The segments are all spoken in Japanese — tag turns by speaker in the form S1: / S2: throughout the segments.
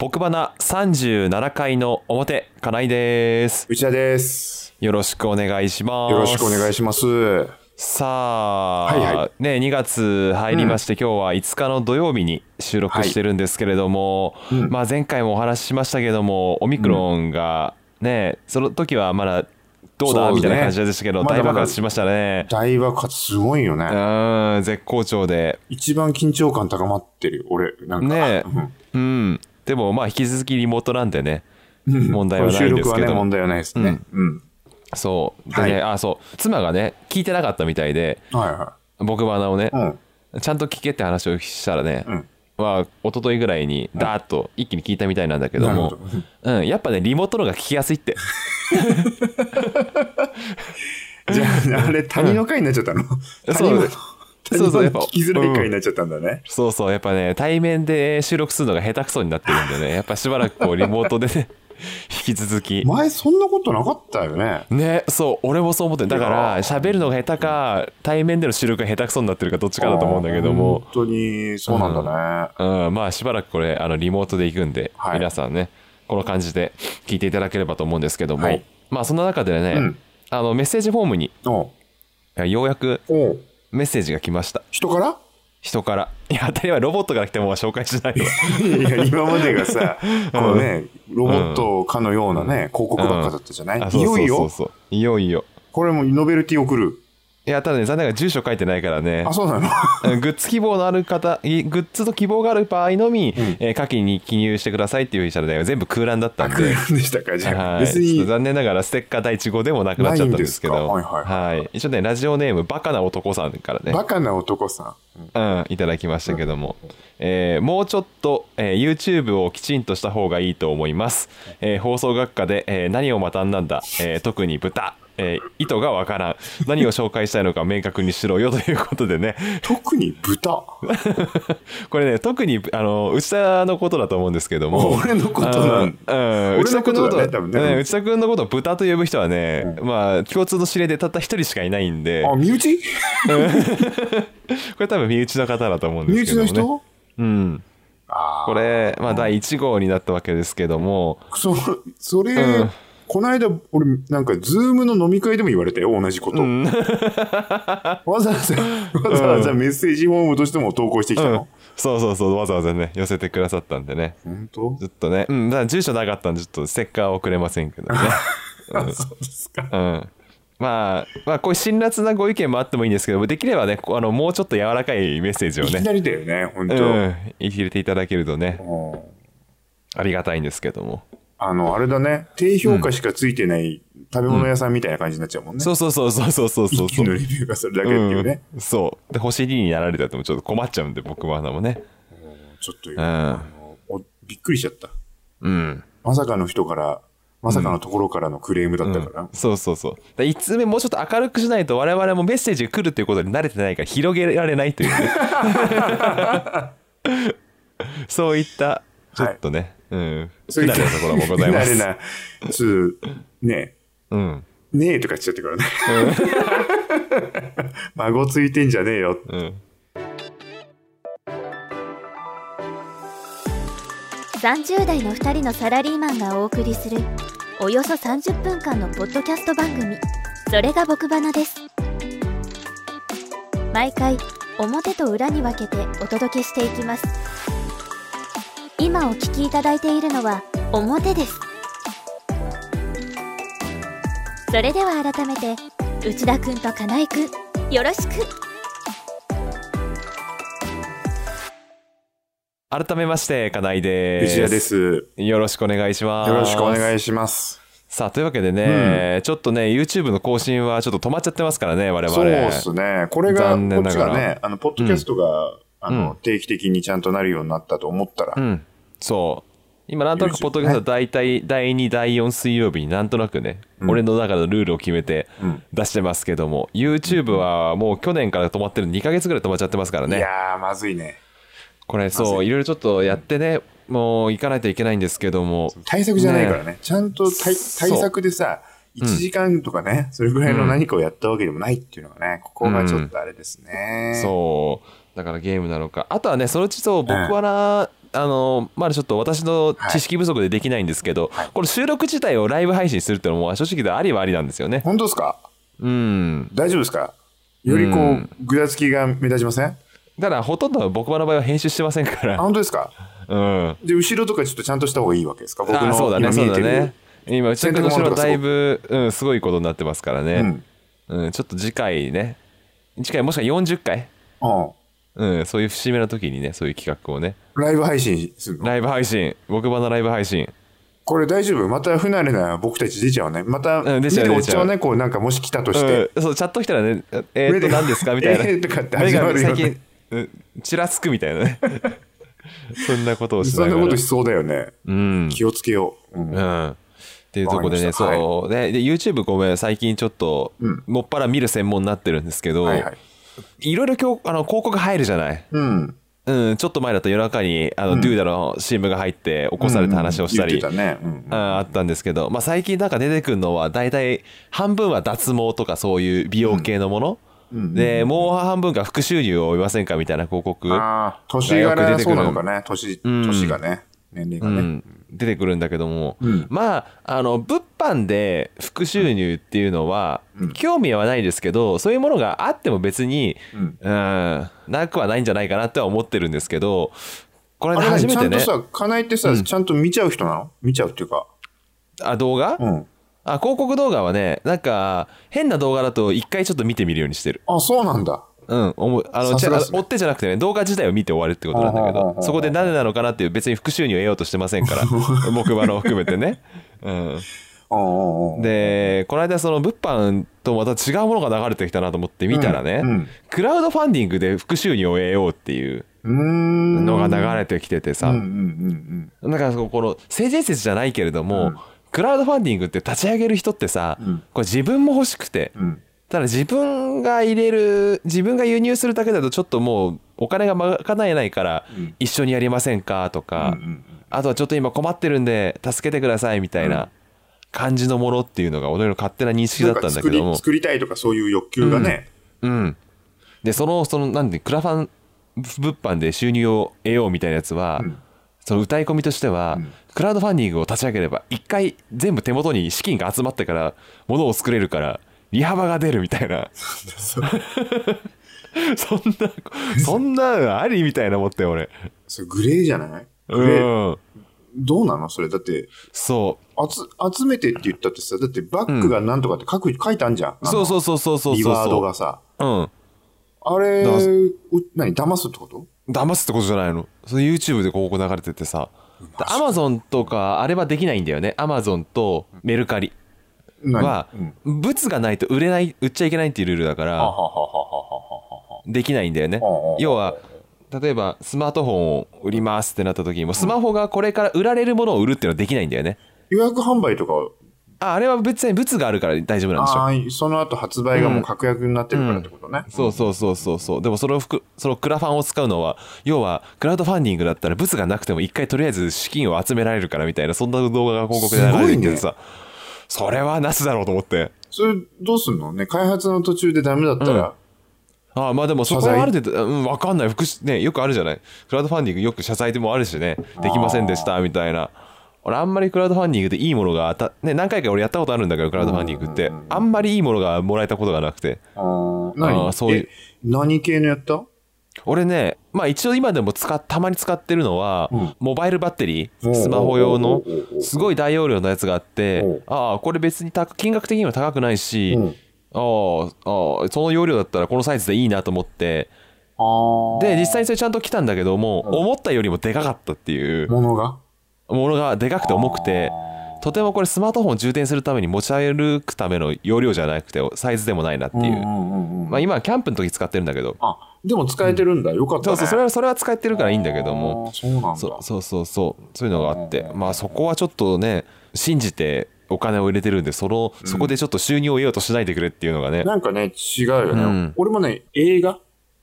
S1: 僕バナ37回の表、金井です。
S2: 内田です。
S1: よろしくお願いします。
S2: よろしくお願いします。は
S1: さあ、
S2: はいは
S1: ね、2月入りまして、今日は5日の土曜日に収録してるんですけれども、
S2: うん
S1: まあ、前回もお話ししましたけれどもオミクロンがね、その時はまだどうだ
S2: そう
S1: み
S2: ですね
S1: たいな感じでしたけど、
S2: まだ
S1: 大
S2: まだ
S1: 爆発しましたね。
S2: 大爆発すごいよ
S1: う
S2: ね。
S1: ん絶好調で、
S2: 一番緊張感高まってるよ俺、なんか。
S1: ね
S2: うん
S1: うん、でもまあ引き続きリモートなんでね、
S2: うん
S1: 問題はないんですけど
S2: 収録はね、問題はないですね。うん。
S1: そうでね、
S2: はい
S1: あそう妻がね聞いてなかったみたいで
S2: はいは
S1: 僕バナをね
S2: い。う、ん。
S1: ちゃんと聞けって話をしたらね、
S2: うん。
S1: は一昨日ぐらいにダーッと一気に聞いたみたいなんだけど
S2: なる
S1: も
S2: ほど。うん
S1: うん、やっぱねリモートの方が聞きやすいって
S2: じゃ あ、あれ、他人の回になっちゃったの他人の他
S1: そう
S2: 人
S1: そうや
S2: の
S1: っぱ
S2: 聞きづらい回になっちゃったんだね。
S1: そうそうやっぱね対面で収録するのが下手くそになってるんでねやっぱしばらくこうリモートで ね引き続き
S2: 前、そんなことなかったよね。
S1: ねそう俺もそう思ってるだから
S2: いや
S1: 喋るのが下手か対面での収録が下手くそになってるかどっちかだと思うんだけども
S2: 本、当に、そうなんだね。
S1: うん、まあしばらくこれあのリモートで行くんで、
S2: はい
S1: 皆さんねこの感じで聞いていただければと思うんですけども、
S2: はい
S1: まあそんな中でね、
S2: うん
S1: あのメッセージフォームに
S2: おう
S1: ようやく
S2: おう
S1: メッセージが来ました
S2: 人から
S1: 人からいや当たり前ロボットから来ても紹介しないわ
S2: いや今までがさ、このね、ロボットかのようなね、広告ばっかだったじゃない、
S1: あ
S2: い
S1: そ
S2: よいよ
S1: う、そうそういよいよ
S2: これもノベルティ送る。
S1: いやただね残念ながら住所書いてないからね
S2: あ、そうなの
S1: うんグッズ希望のある方いグッズと希望がある場合のみ、えー下記に記入してくださいっていうふうにしたらね全部空欄だったん
S2: 空
S1: で
S2: 欄でしたかじゃ
S1: は
S2: あ。
S1: い、ちょ
S2: 別
S1: っ
S2: に
S1: と、残念ながらステッカー第1号でもなくなっちゃったんですけど
S2: ないんですかはい
S1: はい一応ねラジオネームバカな男さんからね
S2: バカな男さん。
S1: うん、いただきましたけども、えーもうちょっと、えー YouTube をきちんとした方がいいと思います、えー放送学科で、えー何をまたんだんだ、えー特に豚、えー意図がわからん何を紹介したいのか明確にしろよということでね
S2: 特に豚。
S1: これね特にあの内田のことだと思うんですけども
S2: 俺のことなん
S1: うんうん
S2: 俺
S1: 内田
S2: のこ
S1: 君のことと
S2: だね多分ね
S1: うん内田君のことを豚と呼ぶ人はね、
S2: う
S1: まあ共通の知り合いでたった一人しかいないんで
S2: あ、
S1: こ
S2: 身内
S1: れ多分身内の方だと思うん
S2: 身
S1: です
S2: 内
S1: けど
S2: の
S1: も、ね、
S2: 人
S1: うん
S2: あ
S1: こ
S2: あ。
S1: れ、まあ、第1号になったわけですけども、
S2: そ、それ、
S1: うん
S2: こないだ、俺、なんか、ズームの飲み会でも 言われたよ、同じこと。
S1: ん
S2: わざわざ、わざわざメッセージフォームとしても投稿してきたの。
S1: そうそうそう、わざわざね、寄せてくださったんでね、
S2: 本当
S1: ずっとね、うん、だから住所なかったんで、ちょっとステッカーをくれませんけ どね。
S2: あそうですか。
S1: うんまあ、まあ、こういう辛辣なご意見もあってもいいんですけど、できればね、こうあのもうちょっと柔らかいメッセージを
S2: いき
S1: ね、
S2: なりだよね、本
S1: う
S2: 当、
S1: ん、入れていただけるとね、
S2: うん
S1: ありがたいんですけども。
S2: あの、あれだね、低評価しかついてない食べ物屋さんみたいな感じになっちゃうもんね。
S1: そうそうそうそうそうそうそう
S2: 一気のレビューがそれだけっていうね。
S1: うんそう。で、星2になられたともちょっと困っちゃうんで、僕はなもね。
S2: ちょっと、
S1: うん。
S2: あのおびっくりしちゃった。
S1: うん。
S2: まさかの人から、まさかのところからのクレームだったから。
S1: そうそうそうで1通目もうちょっと明るくしないと我々もメッセージが来るっていうことに慣れてないから広げられないという ねそういったちょっとね、うん不
S2: そうい
S1: 慣
S2: った
S1: れなところもございま
S2: 不慣れ
S1: す
S2: な、つう、ね
S1: うん
S2: え、ねえとか言っちゃってからね。 孫ついてんじゃねえよ。
S1: うん
S3: 30代の2人のサラリーマンがお送りするおよそ30分間のポッドキャスト番組「それが僕バナ」です毎回表と裏に分けてお届けしていきます今お聞きいただいているのは表ですそれでは改めて内田くんと金井くんよろしく
S1: 改めまして金井です
S2: 内田です。よ
S1: よろしくお願いします
S2: ろしくお願
S1: い
S2: いします。
S1: さあというわけでね、ちょっとね YouTube の更新はちょっと止まっちゃってますからね我々
S2: そうですね。これが、
S1: 残念
S2: こ
S1: な
S2: っち
S1: がら
S2: がね、あの、ポッドキャストが、あの、
S1: うん
S2: 定期的にちゃんとなるようになったと思ったら、
S1: うん、そう今なんとなく
S2: YouTube
S1: ポッドキャストは大体第2第4水曜日になんとなくね、
S2: うん
S1: 俺の中のルールを決めて
S2: うん
S1: 出してますけども、YouTube はもう去年から止まってる2ヶ月ぐらい止まっちゃってますから
S2: い
S1: ね
S2: やー、まずいね。
S1: これ
S2: ま
S1: そ
S2: ず
S1: う
S2: い
S1: いろいろちょっとやってねもう行かないといけないんですけども
S2: 対策じゃないからね。ちゃんと対
S1: そう
S2: 対策でさ、1時間とかね、それぐらいの何かをやったわけでもないっていうのがね、ここがちょっとあれですね。
S1: そうだからゲームなのかあとはねそのうちそう僕はなあのまだちょっと私の知識不足でできないんですけど、これ収録自体をライブ配信するってのも正直でありはありなんですよね
S2: 本当ですか
S1: うん
S2: 大丈夫ですかよりこう、ぐだつきが目立ちませんあ、
S1: ただほとんど僕の場合は編集してませんから
S2: 本当ですか
S1: うん
S2: で、後ろとかちょっとちゃんとした方がいいわけですか僕
S1: あ
S2: の
S1: そうだね
S2: 今
S1: そう
S2: 見え
S1: だ
S2: てる。
S1: ね今うちの後
S2: 洗濯物
S1: ろ
S2: とか
S1: だいぶうんすごいことになってますからねうん、ちょっと次回ね次回もしくは40回
S2: うん。
S1: うんそういう節目の時にねそういう企画をね
S2: うん。ライブ配信するの
S1: ライブ配信僕場のライブ配信
S2: これ大丈夫また不慣れな僕たち出ちゃうね。また、
S1: うん出
S2: 目
S1: ちゃう
S2: で追っちゃう
S1: 出ちゃ
S2: ね。こう、なんかもし来たとして。
S1: うん、そうチャット来たらね「えー、っ
S2: 目
S1: と
S2: で
S1: 何ですか?」みたいな
S2: えーとかって始まるよ
S1: 目
S2: ね
S1: が最近うんちらつくみたいなね そんなことをし
S2: そ
S1: なが
S2: ん
S1: ら
S2: なことしそうだよね。
S1: うん
S2: 気をつけよう。うん。
S1: うんっていうとこでね、
S2: わかりました
S1: そう、ねで YouTube ごめん最近ちょっと、
S2: うん
S1: もっぱら見る専門になってるんですけど、
S2: はいいはい。
S1: ろいろ今日あの広告入るじゃない、
S2: うん。
S1: うん、ちょっと前だと夜中にあの、ドゥーダの CM が入って起こされた話をしたり、
S2: うん言ってたね。うん
S1: あ。ーあったんですけど、まあ、最近なんか出てくるのは大体半分は脱毛とかそういう美容系のもの、でもう半分が副収入を追いませんかみたいな広告、
S2: ああ、年柄そうなのかね。年、年がね。年齢が
S1: う
S2: ね。
S1: ん、出てくるんだけども、
S2: うん
S1: まああの物販で副収入っていうのは、興味はないですけどそういうものがあっても別に、
S2: うん
S1: うんなくはないんじゃないかなっては思ってるんですけどこれ
S2: あ
S1: ね
S2: れ
S1: 初
S2: 何
S1: め
S2: ちゃ
S1: て
S2: んと
S1: ね
S2: さ、かなえってさ、ちゃんと見ちゃう人なの見ちゃうっていうか。
S1: あ動画、
S2: うん。
S1: あ広告動画はねなんか変な動画だと一回ちょっと見てみるようにしてる。
S2: あ、そうなんだ。
S1: うん、思うあの
S2: さ
S1: ち
S2: す
S1: ゃ
S2: が
S1: あ
S2: っ
S1: の
S2: すね
S1: 追ってじゃなくてね動画自体を見て終わるってことなんだけ
S2: ほうほうほう
S1: ど
S2: ほう
S1: そこで何でなのかなっていう別に復讐にを得ようとしてませんから 木馬の含めてね、うん、
S2: うんうんうん。
S1: でこの間その物販とまた違うものが流れてきたなと思って見たらね、
S2: うんうん
S1: クラウドファンディングで副収入を得ようっていう
S2: うーん。
S1: のが流れてきててさ、
S2: うんうんうん
S1: なんかそのこの性善説じゃないけれども、
S2: うん
S1: クラウドファンディングって立ち上げる人ってさ、
S2: うん
S1: これ自分も欲しくて、
S2: うん。うん。
S1: ただ自分が入れる自分が輸入するだけだとちょっともうお金が賄えないから
S2: うん
S1: 一緒にやりませんかとか、
S2: うんうんうん
S1: あとはちょっと今困ってるんで助けてくださいみたいな感じのものっていうのが俺の勝手な認識だったんだけど
S2: なん
S1: も
S2: か作り作りたいとかそういう欲求がね、
S1: うん、でそのそのなんでクラファン物販で収入を得ようみたいなやつは、
S2: うん
S1: その歌い込みとしては、
S2: うん
S1: クラウドファンディングを立ち上げれば一回全部手元に資金が集まってから物を作れるから利幅が出るみたいなそんなそんなのありみたいな思って俺
S2: それグレーじゃないグレ
S1: う
S2: ー
S1: ん
S2: どうなのそれだって
S1: そ
S2: 集集めてって言ったってさだってバックがなんとかって書く、書いてあんじゃん
S1: うそう
S2: う
S1: そうそうそうそう
S2: リワード
S1: そ
S2: がさ
S1: ううん
S2: あれ
S1: だから
S2: お何騙すってこと
S1: 騙すってことじゃないのその YouTube で広告流れててさアマゾンとかあれはできないんだよねアマゾンとメルカリ
S2: 何
S1: は
S2: うん、
S1: 物がないと売れない売っちゃいけないっていうルールだか
S2: あはは
S1: ら
S2: はははは
S1: できないんだよね
S2: ああああ
S1: 要は例えばスマートフォンを売りますってなった時にもスマホがこれから売られるものを売るっていうのはできないんだよね
S2: 予約販売とか
S1: ああれは別に物があるから大丈夫なんでしょ
S2: あーその後発売がもう確約になってるからってことね、
S1: そうそうそうそうそうでもそれをふくそのクラファンを使うのは要はクラウドファンディングだったら物がなくても一回とりあえず資金を集められるからみたいなそんな動画が広告で流れてきて
S2: す
S1: さ、それはなしだろうと思って
S2: それどうすんのね開発の途中でダメだったら、
S1: ああまあでもそこ
S2: 謝罪
S1: はある程度、うん、分かんない福祉ねよくあるじゃないクラウドファンディングよく謝罪でもあるしねできませんでしたみたいな俺あんまりクラウドファンディングでいいものがあた、ね、何回か俺やったことあるんだけどクラウドファンディングってあんまりいいものがもらえたことがなくて
S2: あー何
S1: あーそういう
S2: え何系のやった
S1: 俺ねまあ一応今でも使ったまに使ってるのは、
S2: うん
S1: モバイルバッテリースマホ用の
S2: おうおうおうおうおう
S1: すごい大容量のやつがあって
S2: おう
S1: ああこれ別に高金額的には高くないし、
S2: うん
S1: ああああその容量だったらこのサイズでいいなと思って
S2: あー
S1: で実際にそれちゃんと来たんだけども、
S2: ん
S1: 思ったよりもでかかったっていう
S2: ものが
S1: ものがでかくて重くてとてもこれスマートフォンを充電するために持ち歩くための容量じゃなくてサイズでもないなっていう、
S2: んうんうん
S1: まあ、今はキャンプの時使ってるんだけど
S2: あでも使えてるんだ、よかった、
S1: そ
S2: ね、
S1: うそうそれはそれは使ってるからいいんだけども
S2: あーそうなんだ
S1: そうそうそうそうそういうのがあってまあそこはちょっとね信じてお金を入れてるんでそのそこでちょっと収入を得ようとしないでくれっていうのがね
S2: なんかね違うよね、
S1: うん
S2: 俺もね映画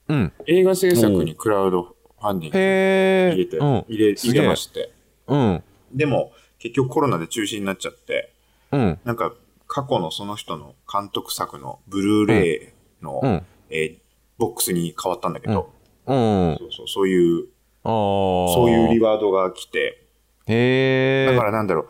S1: うん
S2: 映画制作にクラウドファンディング
S1: へえ
S2: 入れて、
S1: うん
S2: 入れ
S1: す
S2: 入
S1: げえ
S2: れまして
S1: うん
S2: でも結局コロナで中止になっちゃって
S1: うん
S2: なんか過去のその人の監督作のブルーレイの、
S1: うん
S2: えーボックスに変わったんだけど、
S1: うん
S2: そうそうそういうそ
S1: そう
S2: いうリワードが来て、
S1: へ
S2: だ
S1: え
S2: からなんだろう、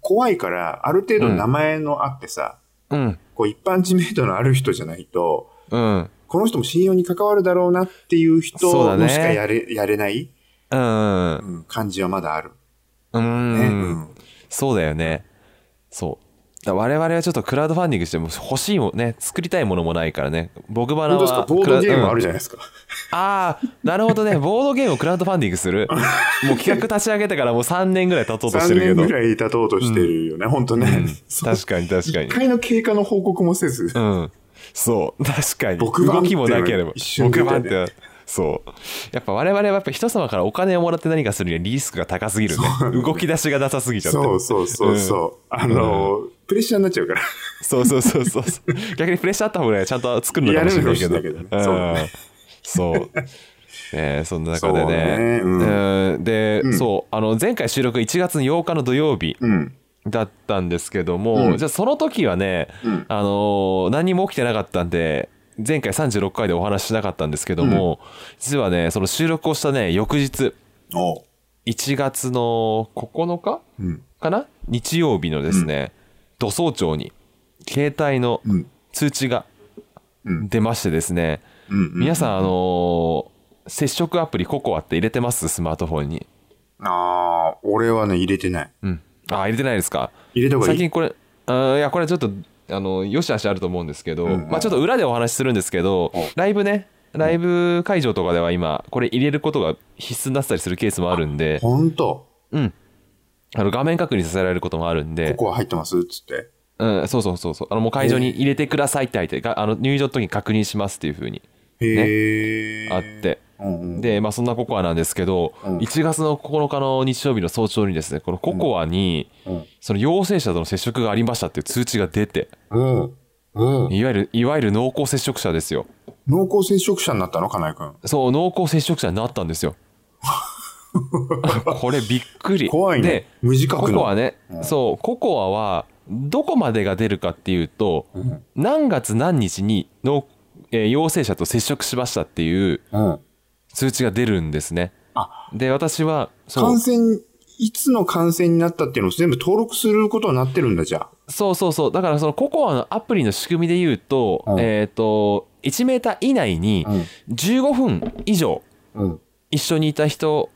S2: 怖いから、ある程度名前のあってさ、
S1: うん
S2: こう一般知名度のある人じゃないと、
S1: うん
S2: この人も信用に関わるだろうなっていう
S1: そうだ
S2: 人
S1: ね
S2: のしかやれ,、やれない、
S1: うんう
S2: うんん感じはまだある。
S1: うん、
S2: ね
S1: うん、そうだよねそうだ我々はちょっとクラウドファンディングしても欲しいもんね作りたいものもないからね僕バナ
S2: 本当ですか
S1: は
S2: ボードゲームある
S1: じ
S2: じゃないですか。
S1: ゃん、ああなるほどね ボードゲームをクラウドファンディングするもう企画立ち上げてからもう3年ぐらい経とうとして
S2: 3
S1: るけ
S2: 年
S1: ど
S2: ぐらい経とうとしてるよね、本当ね。そう
S1: 確かに確かに
S2: 一回の経過の報告もせず。
S1: うん。そう。確かに。
S2: 僕版
S1: 動きもなければ
S2: っていうの。一瞬で
S1: 僕版
S2: 出
S1: って
S2: ね
S1: て。そう。やっぱ我々はやっぱ人様からお金をもらって何かするにはリスクが高すぎるね。動き出しがなさすぎちゃって。
S2: そうそうそうそう。あの、プレッシャーになっちゃうから。
S1: そうそうそうそうそう。 逆にプレッシャーあった方がちゃんと作るのかもしれないけど。
S2: やるのかもしれないけど
S1: う
S2: ね
S1: ん
S2: そうだね
S1: そう。えー、そんな中で
S2: そ う
S1: ね
S2: だねうん
S1: うんで、
S2: ん
S1: そうあの前回収録1月8日の土曜日
S2: うん。
S1: だったんですけども、
S2: うん
S1: じゃあその時はね、
S2: うん
S1: あのー何も起きてなかったんで前回36回でお話ししなかったんですけども、実はねその収録をしたね翌日
S2: おう
S1: 1月の9日
S2: うん。
S1: かな日曜日のですね、土早朝に携帯の
S2: うん。
S1: 通知が
S2: うん
S1: 出ましてですね、
S2: うん。
S1: 皆さんあのー接触アプリココアって入れてますスマートフォンに、
S2: ああ、俺はね、入れてない。
S1: うん、あー入れてないですか
S2: 入れた方がい
S1: 最
S2: い。
S1: 近これあーいやこれちょっとあのよし悪しあると思うんですけど、
S2: うんうん
S1: まあ、ちょっと裏でお話しするんですけど
S2: お
S1: ライブねライブ会場とかでは今これ入れることが必須になってたりするケースもあるんで、
S2: ほんと、
S1: うん、あの画面確認させられることもあるん
S2: こ
S1: で
S2: こは入ってますっつって。
S1: うん、そうそうそうそうあのもう会場に入れてくださいって入ってがあの入場の時に確認しますっていうふうに
S2: へえ、
S1: あって。
S2: うんうん。
S1: で、まあ、そんなココアなんですけど、
S2: うん
S1: 1月の9日の日曜日の早朝にですねこのココアに、
S2: うん。
S1: その陽性者との接触がありましたっていう通知が出て
S2: うん。うん。
S1: いわゆるいわゆる濃厚接触者ですよ
S2: 濃厚接触者になったのかなえくん。
S1: そう、濃厚接触者になったん ですよ。これびっくり。
S2: 怖い
S1: で
S2: ね。、無自
S1: コ
S2: 覚
S1: コア
S2: の。
S1: ね、
S2: うん
S1: そう、ココアは、どこまでが出るかっていうと、
S2: うん。
S1: 何月何日にの、えー陽性者と接触しましたっていう
S2: うん。
S1: 通知が出るんですね。
S2: あ
S1: で、私は、そう
S2: 感染、いつの感染になったっていうのを全部登録することになってるんだ、じゃあ。
S1: そうそうそう。だからそのココアのアプリの仕組みで言うと、
S2: うん
S1: えっ、と、1メーター以内に
S2: うん。
S1: 15分以上
S2: うん。
S1: 一緒にいた人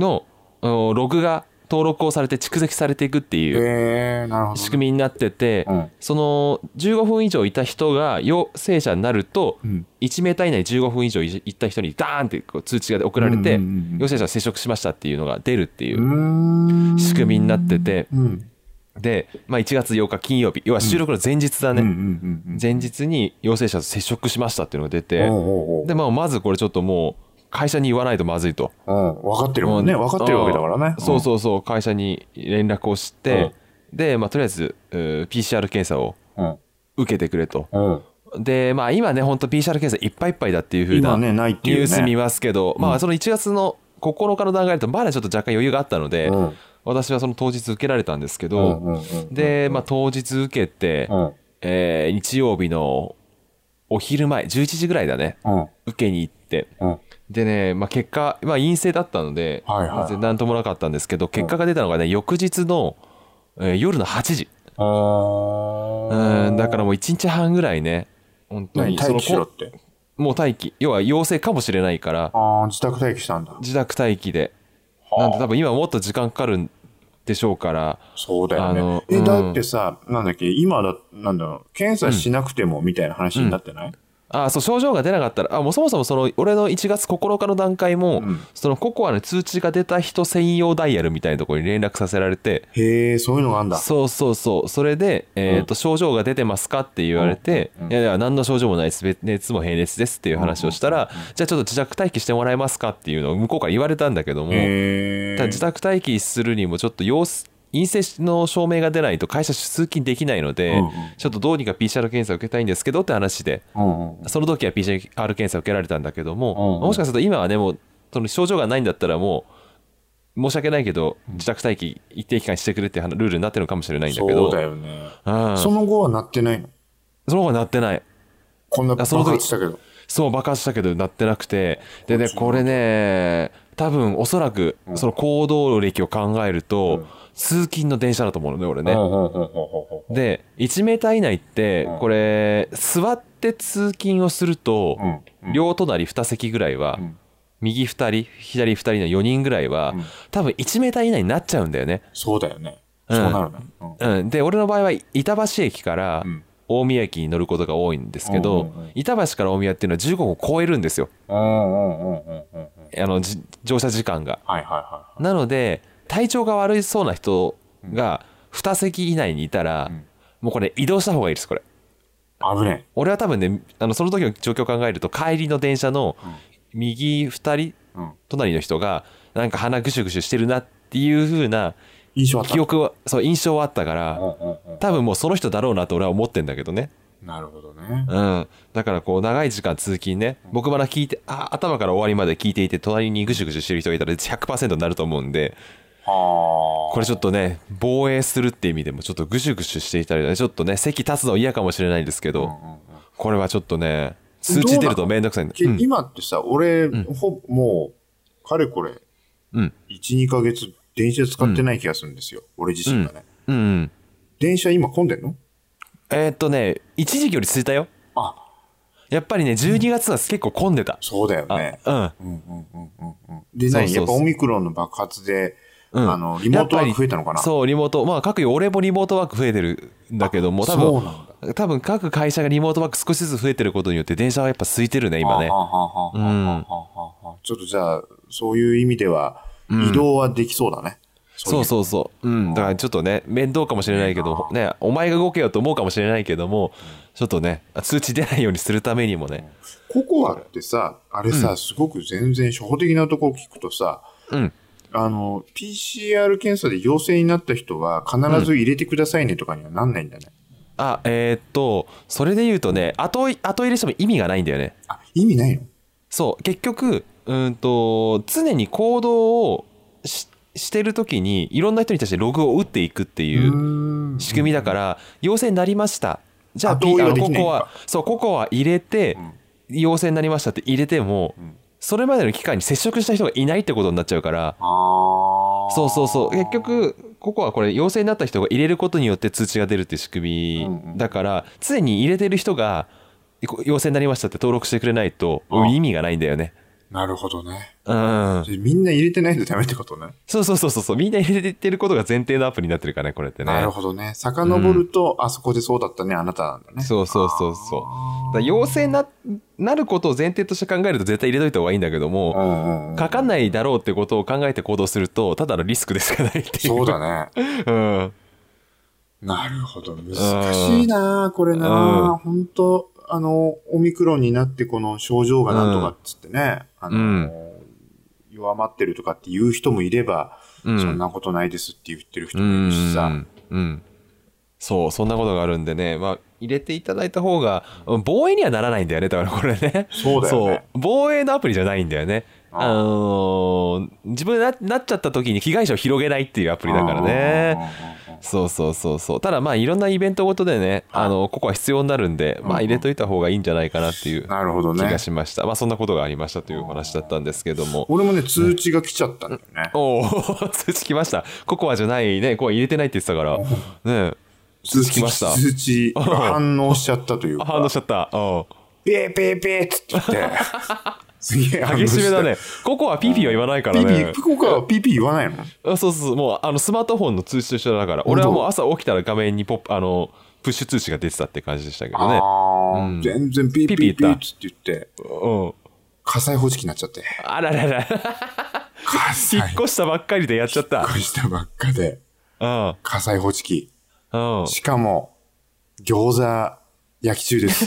S1: のうんログが登録をされて蓄積されていくっていう
S2: へえ、なるほど。
S1: 仕組みになってて、
S2: うん。
S1: その15分以上いた人が陽性者になると
S2: うん。
S1: 1メーター以内15分以上いった人にダーンってこう通知が送られて、
S2: うんうんうんうん
S1: 陽性者接触しましたっていうのが出るっていうう
S2: ーん
S1: 仕組みになってて、
S2: うん。
S1: で、まあ、1月8日金曜日要は収録の前日だ
S2: うんうん
S1: ね、
S2: うんうん。
S1: 前日に陽性者と接触しましたっていうのが出
S2: おう
S1: て、
S2: おうおう
S1: で、まあ、まずこれちょっともう会社に言わないとまずいと。
S2: うん、分かってるもんね。
S1: うん
S2: 分かってるわけだからね。
S1: そうそうそう会社に連絡をして、で、まあ、とりあえずうー PCR 検査を
S2: うん。
S1: 受けてくれと
S2: うん。うん。
S1: でまあ今ね本当 PCR 検査いっぱいいっぱいだっていうふうな
S2: 今
S1: ニ
S2: ね、ないっていう、
S1: ュ
S2: ね。
S1: ース見ますけど、
S2: ん
S1: まあその1月の9日の段階だとまだちょっと若干余裕があったので、
S2: うん
S1: 私はその当日受けられたんですけ
S2: うん
S1: ど、
S2: うんうんうん
S1: で、まあ、当日受けて、
S2: うん。
S1: えー日曜日のお昼前11時ぐらいだね
S2: うん。
S1: 受けに行って
S2: うん。
S1: でね、まあ、結果、まあ、陰性だったので、
S2: はいはい
S1: 全然何ともなかったんですけど結果が出たのがね翌日の、えー夜の8時
S2: あ
S1: うんだから
S2: も
S1: もう1日半ぐらいね本当に
S2: 待機しろ
S1: こ
S2: って。
S1: もう待機要は陽性かもしれないから
S2: ああ、自宅待機したんだ。
S1: 自宅待機で
S2: は
S1: な
S2: あ
S1: んで多分今もっと時間かかるんでしょうから
S2: そうだよ
S1: あ
S2: ね
S1: の。
S2: え、
S1: うん
S2: だってさ、なんだっけ、今だ、なんだろう、検査しなくてもみたいな話になってない、
S1: あそう症状が出なかったらあもうそもそもその俺の1月9日の段階も、
S2: うん
S1: そのココアの通知が出た人専用ダイヤルみたいなところに連絡させられて、
S2: へえ、そういうのがあんだ。
S1: そうそうそうそれで、えーと症状が出てますかって言われて、
S2: うんうん
S1: いやいや何の症状もないです別熱も平熱ですっていう話をしたら、じゃあちょっと自宅待機してもらえますかっていうのを向こうから言われたんだけども、
S2: へえ。
S1: ただ自宅待機するにもちょっと陽性陰性の証明が出ないと会社通勤できないので、
S2: うんうん
S1: ちょっとどうにか PCR 検査を受けたいんですけどって話で
S2: うんうん。
S1: その時は PCR 検査を受けられたんだけども、
S2: うんうん
S1: もしかすると今はねもうその症状がないんだったらもう申し訳ないけど自宅待機一定期間してくれっていうルールになってるのかもしれないんだけど
S2: そうだよね。
S1: うん、
S2: そ
S1: そ
S2: の後はなってないの
S1: の方がなってない
S2: こんな
S1: あその
S2: 爆
S1: 時
S2: 発したけど。
S1: そう爆発したけどなってなくてでねこれね多分おそらく
S2: うん
S1: その行動歴を考えると、
S2: うん
S1: 通勤の電車だと思うのね俺ね、
S2: うんうんうんうんうんうん
S1: で1メーター以内って
S2: うん
S1: これ座って通勤をすると、
S2: うん
S1: 両隣2席ぐらいは、
S2: うん
S1: 右2人左2人の4人ぐらいは、
S2: うん
S1: 多分1メーター以内になっちゃうんだよね、
S2: そうだよね。
S1: うん
S2: そうなるね。うん
S1: うん、で俺の場合は板橋駅から
S2: うん
S1: 大宮駅に乗ることが多いんですけど、
S2: うんうんうん
S1: 板橋から大宮っていうのは15分を超えるんですよ
S2: うんうんうんうんうんうん。
S1: あのじ乗車時間が
S2: はいはいは
S1: なので体調が悪いそうな人が2席以内にいたら、
S2: ん
S1: もうこれ移動した方がいいですこれ
S2: いはい。危ね
S1: 俺は多分ねあのその時の状況を考えると帰りの電車の右2人
S2: え。うん。
S1: 隣の人がなんか鼻ぐしゅぐしゅしてるなっていう風な
S2: 印象あった。
S1: 記憶はそう印象はあったか
S2: う
S1: ら
S2: んうんう
S1: 多分もうその人だろうなと俺は思ってんだけどね
S2: ん。なるほどね。
S1: うん、だからこう長い時間通勤ね僕まだ聞いてあ頭から終わりまで聞いていて隣にぐしゅぐしゅしてる人がいたら100%になると思うんで
S2: は
S1: こ
S2: あ。
S1: れちょっとね防衛するって意味でもちょっとぐしゅぐしゅしていたりねちょっとね席立つの嫌かもしれないんですけど、
S2: うんうんうん
S1: これはちょっとね通知出るとめんどくさいんで
S2: け
S1: うん
S2: 今ってさ、俺、ほもう、かれこれ、
S1: うん
S2: 1、2ヶ月電車使ってない気がするんですよ。俺自身がね。
S1: うんうん
S2: 電車今混んでんの
S1: えーっとね一時期より空いたよ
S2: あ、
S1: やっぱりね12月は結構混んでた、
S2: そうだよ
S1: あ
S2: ね。
S1: うん
S2: うんうんうんうんうん。で、
S1: そうそうそう
S2: 何やっぱオミクロンの爆発で、
S1: うん
S2: あの、リモートワーク増えたのかな
S1: そうリモートまあ各俺もリモートワーク増えてるんだけども多
S2: そう
S1: 分
S2: なんだ。
S1: 多分各会社がリモートワーク少しずつ増えてることによって電車はやっぱ空いてるね今ね
S2: はあはあはあはあはあはあはあちょっとじゃあ、そういう意味では、移動はできそうだね。
S1: そう
S2: う
S1: そうそううんだからちょっとね面倒かもしれないけどねお前が動けよと思うかもしれないけどもちょっとね通知出ないようにするためにもね
S2: 意味。ココアってさ、あれさ、すごく全然初歩的なところ聞くとさ、
S1: うん
S2: あの、PCR 検査で陽性になった人は必ず入れてくださいねとかにはなんないんだね。
S1: あえーっとそれで言うとね後い後入れしても意味がないんだよね
S2: あ、意味ないの
S1: そう結局うーんと常に行動をししてる時にいろんな人に対してログを打っていくっていう
S2: う
S1: 仕組みだから、陽性になりました。じゃあ、
S2: 後追い
S1: ピ
S2: は
S1: あの
S2: でき
S1: コ
S2: ないの
S1: コ
S2: か
S1: ア、そう、ココア入れて、陽性になりましたって入れても、
S2: ん
S1: それまでの期間に接触した人がいないってことになっちゃうから、
S2: ああ。
S1: そうそうそう、結局、ココアこれ、陽性になった人が入れることによって通知が出るっていう仕組
S2: うんう
S1: み
S2: ん
S1: だから、常に入れてる人が、こ陽性になりましたって登録してくれないと、
S2: あ
S1: 意味がないんだよね。
S2: なるほどね。
S1: うん。
S2: でみんな入れてないとダメってことね。
S1: そうそうそうそう、みんな入れてることが前提のアプリになってるからね、これってね。
S2: なるほどね。遡ると、あそこでそうだったね、あなたなんだね。
S1: そうそうそうそう。だから陽性ななることを前提として考えると絶対入れといた方がいいんだけど
S2: う
S1: も、
S2: んうんうん。
S1: かかんないだろうってことを考えて行動すると、ただのリスクでしかないっていう。
S2: そうだね。
S1: うん。
S2: なるほど。難しいなあこれなあ本当あの、オミクロンになってこの症状がなんとかっつってね、あの、
S1: うん
S2: 弱まってるとかっていう人もいれば、
S1: うん
S2: そんなことないですって言ってる人
S1: う
S2: もいるしさ。
S1: ん。うん。そう、そんなことがあるんでね、まあ、入れていただいた方が、うん防衛にはならないんだよね、だからこれね。
S2: そうだよね
S1: そう防衛のアプリじゃないんだよね。
S2: あ
S1: あのー自分がななっちゃった時に被害者を広げないっていうアプリだからね。
S2: うんうんうんうん
S1: そうそうそうそうただまあいろんなイベントごとでね、あのここは必要になるんで、まあ入れといた方がいいんじゃないかなっていう
S2: なるほど
S1: 気
S2: ね
S1: が。しました、まあそんなことがありましたというお話だったんですけども
S2: 俺もね、通知が来ちゃったんだよね。
S1: おお通知来ましたココアじゃないねコア入れてないって言ってたからねえ通知来ました
S2: 通知、反応しちゃったという
S1: あ
S2: か。
S1: 反応しちゃったう
S2: ペーペーペーっつって言って。 すげえ反応
S1: ん
S2: た
S1: 激しめだね。ココアピーピーは言わないから
S2: ピーピ
S1: ね
S2: ー、福岡はピーピー言わないの
S1: あそうそうそうもうあのスマートフォンの通知と一緒だから俺はもう朝起きたら画面にポップあのプッシュ通知が出てたって感じでしたけどね
S2: あー
S1: うん
S2: 全然ピーピーピーピーっつって言って、
S1: うん
S2: 火災報知器になっちゃって。
S1: あららら
S2: 火
S1: 引
S2: 災
S1: っ越したばっかりでやっちゃった
S2: 報知したばっかで、
S1: うん
S2: 火災報知器。
S1: うん
S2: しかも、餃子焼き中 です。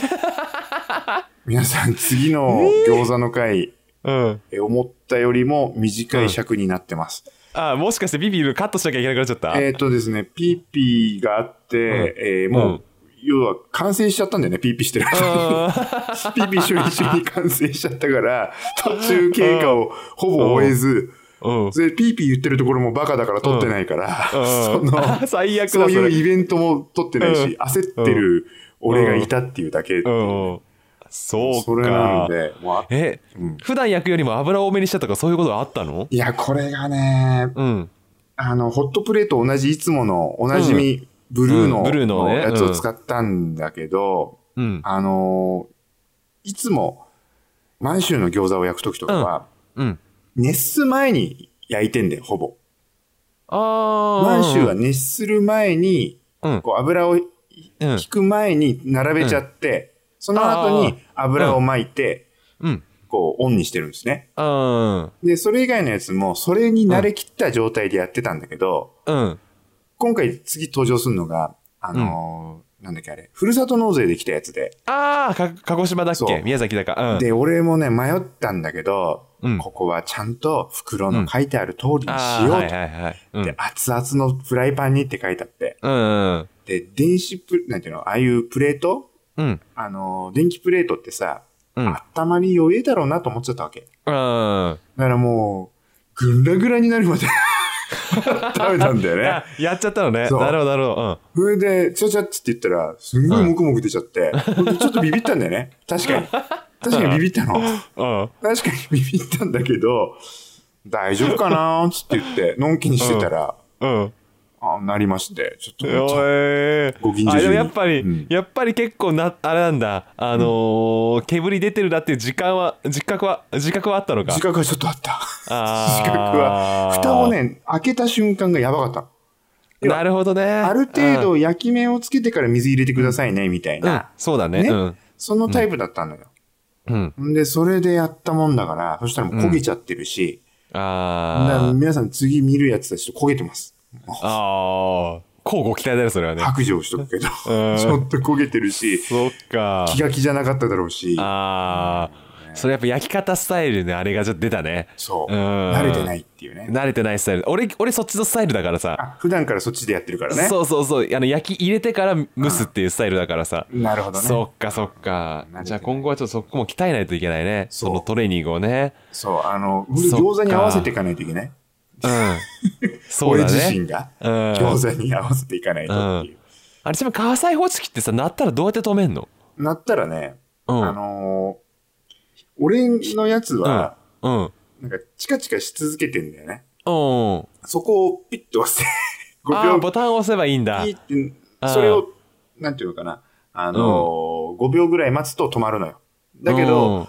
S2: 皆さん、次の餃子の回、
S1: うん。
S2: え思ったよりも短い尺になってます。
S1: あ、もしかしてビビるカットしなきゃいけなくなっちゃった。
S2: えっ、とですね、ピーピーがあって、えーもう、
S1: うん
S2: 要は完成しちゃったんだよね、ピーピーしてる間に。 ピーピー処理中に完成しちゃったから、途中経過をほぼ終えず、
S1: うん。うん
S2: それピーピー言ってるところもバカだから撮ってないから、 そ の、
S1: 最悪だ
S2: そ
S1: そ
S2: ういう
S1: れ
S2: イベントも撮ってないし、
S1: うん
S2: 焦ってる俺がいたっていうだけ。
S1: うん。そうか
S2: それなんで、もうあ、
S1: え
S2: うん。
S1: 普段焼くよりも油多めにしたとかそういうことがあったの
S2: いや、これがね、
S1: うん
S2: あの、ホットプレート同じいつものおなじみ、ブルー
S1: うん
S2: の
S1: ブルーのね
S2: やつを使ったんだけど、
S1: うん
S2: あのーいつも満州の餃子を焼くときとかは、
S1: うん
S2: 熱す前に焼いてんだよ、ほぼ。
S1: ああ
S2: 満州は熱する前に、
S1: うん
S2: こう油を引
S1: うん
S2: く前に並べちゃって、その後に油を巻いて、
S1: うん
S2: こうオンにしてるんですね。
S1: うん
S2: で、それ以外のやつも、それに慣れきった状態でやってたんだけど、
S1: うん
S2: 今回次登場するのが、あのーなんだっけあれ、ふるさと納税で来たやつで。
S1: ああか鹿児島だっ
S2: そ
S1: け
S2: う
S1: 宮崎だかうん
S2: で、俺もね、迷ったんだけど、
S1: うん
S2: ここはちゃんと袋の書いてある通りに
S1: あ
S2: し
S1: ー
S2: よう
S1: は
S2: と。
S1: いはいはいうん
S2: で、熱々のフライパンにって書いてあって。
S1: うんうん
S2: で、電子プ、なんていうの、ああいうプレート
S1: うん
S2: あのー、電気プレートってさ、
S1: うん
S2: 温まり弱いだろうなと思っちゃったわけ。
S1: うん
S2: だからもう、ぐんらぐらになるまで 食べたんだよ ね
S1: あ。やっちゃったのねなる
S2: そ
S1: ほ
S2: う
S1: どなるほど
S2: それで、ちゃちゃって言ったら、すんごいもくもく出ちゃって、ちょっとビビったんだよね。確かに。確かにビビったの。
S1: うんうん
S2: 確かにビビったんだけど、大丈夫かなーっつって言って、のんきにしてたら、
S1: うん
S2: あなりまして、ちょっともうちょっ
S1: え
S2: ご近所
S1: あ
S2: 中に
S1: でもやっぱり、
S2: うん
S1: やっぱり結構なあれなんだあのー煙出てるなっていう時間は実覚は自覚はあったの
S2: と、
S1: か
S2: 自覚はちょっとあった。
S1: あー
S2: 自覚は。蓋をね、開けた瞬間がやばかったの。要は
S1: なるほどね
S2: あ
S1: あ
S2: る程度焼き目をつけてから水入れてくださいね、みたい
S1: うん、うん
S2: な。
S1: そうだね
S2: ね
S1: うん、
S2: そのタイプだったのよ。
S1: うん、
S2: んで、それでやったもんだから、そしたらもう焦げちゃってるし、だから
S1: あー
S2: 皆さん次見るやつたちと焦げてます。
S1: あー乞うご期待だよそれはね
S2: 白状しとくけど、 ち
S1: うん
S2: ょっと焦げてるし、
S1: そっか
S2: 気が気じゃなかっただろうし、
S1: ああそれやっぱ焼き方スタイルねあれがちょっと出たね
S2: そう、
S1: うん
S2: 慣れてないっていうね。
S1: 慣れてないスタイル俺俺そっちのスタイルだからさ
S2: あ普段からそっちでやってるからね。
S1: そうそうそうあの焼き入れてから蒸すっていうスタイルだからさ、
S2: なるほどね。
S1: そっかそっか
S2: 慣れてない
S1: じゃあ今後はちょっとそこも鍛えないといけないね
S2: そう
S1: そのトレーニングをね
S2: そう、あの、
S1: そっか
S2: 餃子に合わせていかないといけない。
S1: うん そうだ
S2: 俺自
S1: ね
S2: 身が
S1: うん
S2: 餃子に合わせていかないとっていう。
S1: あれちなみに火災報知器ってさ鳴ったらどうやって止めんの
S2: なったらね、
S1: うん
S2: あのー俺のやつは、
S1: うんうん
S2: なんかチカチカし続けてんだよね。
S1: あ
S2: そこをピッと押して、
S1: あー
S2: 5秒
S1: ボタンを押せばいいんだ
S2: ピッ
S1: あ
S2: て、
S1: ー
S2: それを、なんていうのかな、あのー5秒ぐらい待つと止まるのよ。だけど、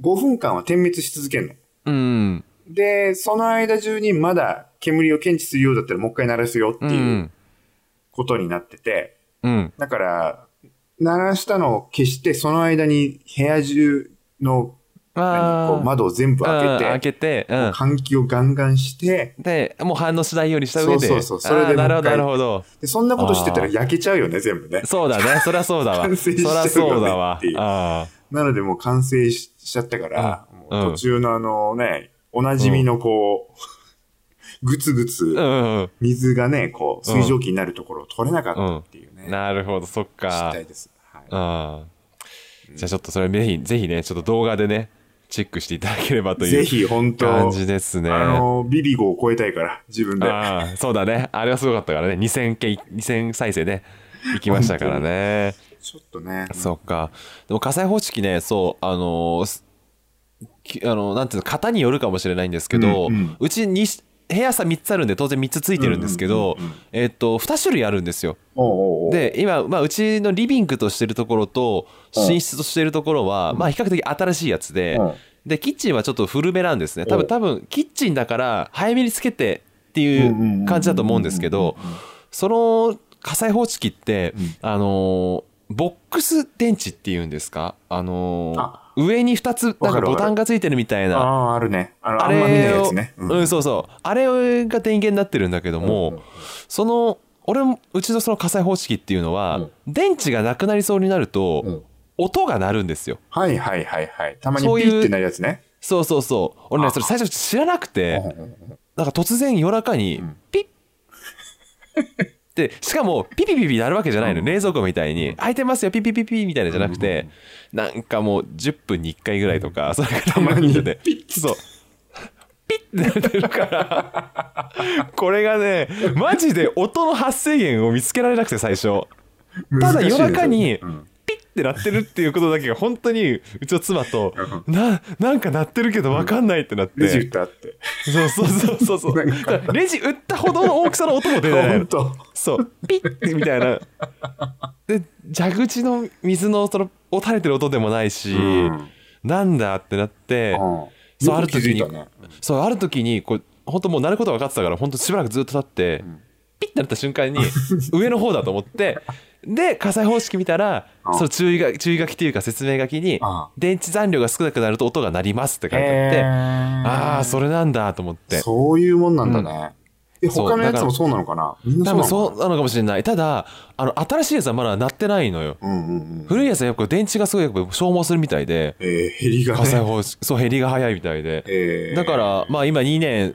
S2: 5分間は点滅し続けるの。
S1: うん、うん
S2: で、その間中にまだ煙を検知するようだったらもう一回鳴らすよって
S1: う
S2: いうんことになってて、
S1: うん
S2: だから、鳴らしたのを消して、その間に部屋中の何こう窓を全部開
S1: うん
S2: けて、
S1: 開けて、うん、
S2: 換気をガンガンして、
S1: でもう反応しないようにした上で
S2: そうそうそうそれで
S1: あーなるほど
S2: もう一回
S1: なるほど
S2: でそんなことしてたら焼けちゃうよね、全部ね。
S1: そうだねそりゃそうだわ
S2: 完成しちゃう
S1: そり
S2: よね
S1: ゃそうだ
S2: っ
S1: わ
S2: ていう
S1: あ
S2: なのでもう完成しちゃったから、もう
S1: うん
S2: 途中のあのね、おなじみのこう、ぐつぐ
S1: ーう
S2: つ
S1: んうんうん
S2: 水がね、こう、水蒸気になるところを取れなかったっていうね、
S1: なるほど、そっ
S2: 失
S1: か。
S2: 態です。はい
S1: うん。じゃあちょっとそれぜひ、ぜひね、ちょっと動画でね、チェックしていただければと
S2: ぜ
S1: いう
S2: ひ、本当
S1: 感じですね。
S2: あの、ビビゴを超えたいから、自分で。
S1: ああそうだね。あれはすごかったからね。2000件、2000再生ね、いきましたからね。
S2: ちょっとね。
S1: そっか。でも火災報知器ね、そう、あのーすきあの、なんていうの、型によるかもしれないんですけど、
S2: う
S1: うん
S2: うん
S1: ちにし、部屋さ3つあるんで、当然3つついてるんですけど、
S2: うんうんうんうん
S1: えっと、2種類あるんですよ。
S2: おうおうおう、
S1: で今、まあ、うちのリビングとしてるところと
S2: うん
S1: 寝室としてるところは、まあ、比較的新しいやつで,、
S2: うん
S1: でキッチンはちょっと古めなんですね多
S2: お
S1: 分多分キッチンだから早めにつけてってい
S2: んうんうんうん
S1: う感じだと思うんですけどその火災報知器って、
S2: うん
S1: あのーボックス電池っていうんですか、あのー
S2: あ
S1: 上に2つな
S2: わ
S1: んか
S2: かるわかる
S1: ボタンがついてるみたい
S2: あ
S1: な
S2: あ、あるね。あの、あ
S1: あ
S2: んま見ない
S1: れ
S2: や
S1: を
S2: つね。
S1: うんそうそうあれが電源になってるんだけども、
S2: うんうん
S1: その俺もうちのその火災報知器っていうのは、
S2: うん
S1: 電池がなくなりそうになると、
S2: うん
S1: 音が鳴るんですよ
S2: はいはいはいはい。たまに
S1: そうい
S2: ピ
S1: う
S2: ーってなるやつね。
S1: そうそうそう俺
S2: あ
S1: ねそれ最初知らなくて
S2: うんうんうん
S1: なんか突然夜中に
S2: うん
S1: ピッ、 でしかもピピピピ鳴るわけじゃないの、
S2: うん
S1: 冷蔵庫みたいに「開いてますよピピピピ」みたいなのじゃなくて、なんかもう10分に1回ぐらいとかそれから
S2: まに
S1: 見ててピッそうピッってなってるから これがねマジで音の発生源を見つけられなくて最初。ただ
S2: 難しいね
S1: 夜中に
S2: それうん
S1: ピッっってなってるっていうことだけが本当にうちの妻と
S2: う
S1: ななんか鳴ってるけど分かんないってなって、
S2: レジ打ったって。
S1: そうそうそうそうそう
S2: なんか
S1: だからレジ打ったほどの大きさの音も出てない
S2: 本
S1: の
S2: 当。
S1: そうピッてみたいなで蛇口の水のそのを垂れてる音でもないし、
S2: うん
S1: なんだってなって、
S2: うん。
S1: そうあ
S2: よ
S1: る
S2: く気
S1: 時
S2: づ
S1: に
S2: いたね。
S1: そうある時にこう本当もう鳴ること分かってたから本当しばらくずっと立って、
S2: ん
S1: ピッてなった瞬間に上の方だと思 ってで火災報知器見たら
S2: うん
S1: その注意が注意書きというか説明書きに
S2: あ
S1: 電池残量が少なくなると音が鳴りますって書いてあって、あ
S2: あ
S1: あそれなんだと思って
S2: そういうもんなんだね。え、
S1: そう
S2: 他のやつもそうなのかなみんな
S1: 多分
S2: そ
S1: そううなのかもしれないただあの新しいやつはまだ鳴ってないのよ
S2: なのうんうんうん。
S1: 古いやつはやっぱ電池がすごいやっぱ消耗するみたいで
S2: えー、ヘリが
S1: 火災
S2: ね。
S1: 報知そう減りが早いみたいで
S2: えー
S1: だか、らまあ今2年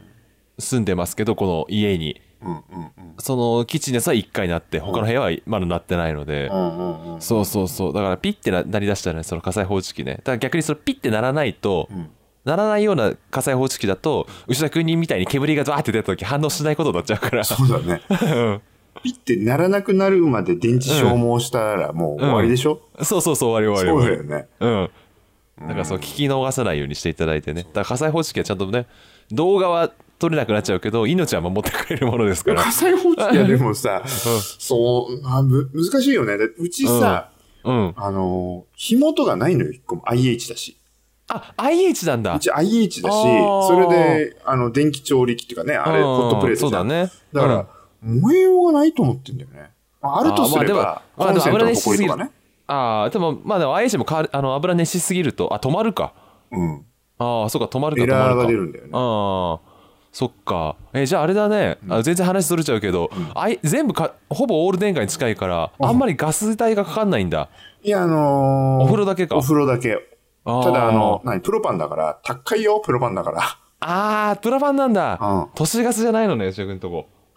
S1: 住んでますけどこの家に
S2: うんうんうん。
S1: そのキッチンのやつは1回なって他の部屋はまだなってないので
S2: う、んうんうん。
S1: そうそうそうだからピッてな鳴り出したらねその火災報知器ねだから逆にそのピッて鳴らないと、
S2: うん。
S1: 鳴らないような火災報知器だと牛田君みたいに煙がバーって出た時反応しないことになっちゃうから
S2: そうだね。ピッてならなくなるまで電池消耗したらもう終わりでしょ、
S1: そうそうそう終わり終
S2: そう
S1: わ
S2: だ
S1: り
S2: よね。
S1: 終わりうんだからそう聞き逃さないようにしていただいてねだから火災報知器はちゃんとね動画は撮れなくなっちゃうけど命は守ってくれるものですから
S2: 火災報知器はでもさ、そうあむ、難しいよね。でうちさ、
S1: うん
S2: あのー、紐とかないのよ、一個も。IH だし。
S1: あ IH なんだ
S2: うち IH だし
S1: あ、ー
S2: それで、あの、電気調理器っていうかね、あれ、
S1: うん
S2: ホットプレートじゃん
S1: そうだ。ね
S2: だから、燃えようがないと思ってんだよね。まああるとすれば、
S1: あーまあでもまあ
S2: コンセント
S1: で
S2: の
S1: も
S2: ほこりとかね。
S1: ああでもまあでも IH も変わるあの油熱しすぎるとあ止まるか
S2: うん。
S1: ああそっか止まるか
S2: エ
S1: 止ま
S2: ラーが出
S1: るか
S2: るんだよね。
S1: ああそっかえじゃああれだね、あ全然話それちゃうけど、あい全部かほぼオール電化に近いから、あんまりガス代がかかんないんだ
S2: いや、あのー
S1: お風呂だけか
S2: お風呂だけ。
S1: あー
S2: ただ、あの、何プロパンだから、高いよ、プロパンだから。
S1: ああプラパンなんだ、
S2: うん
S1: 都市ガスじゃないのね吉田君のとこ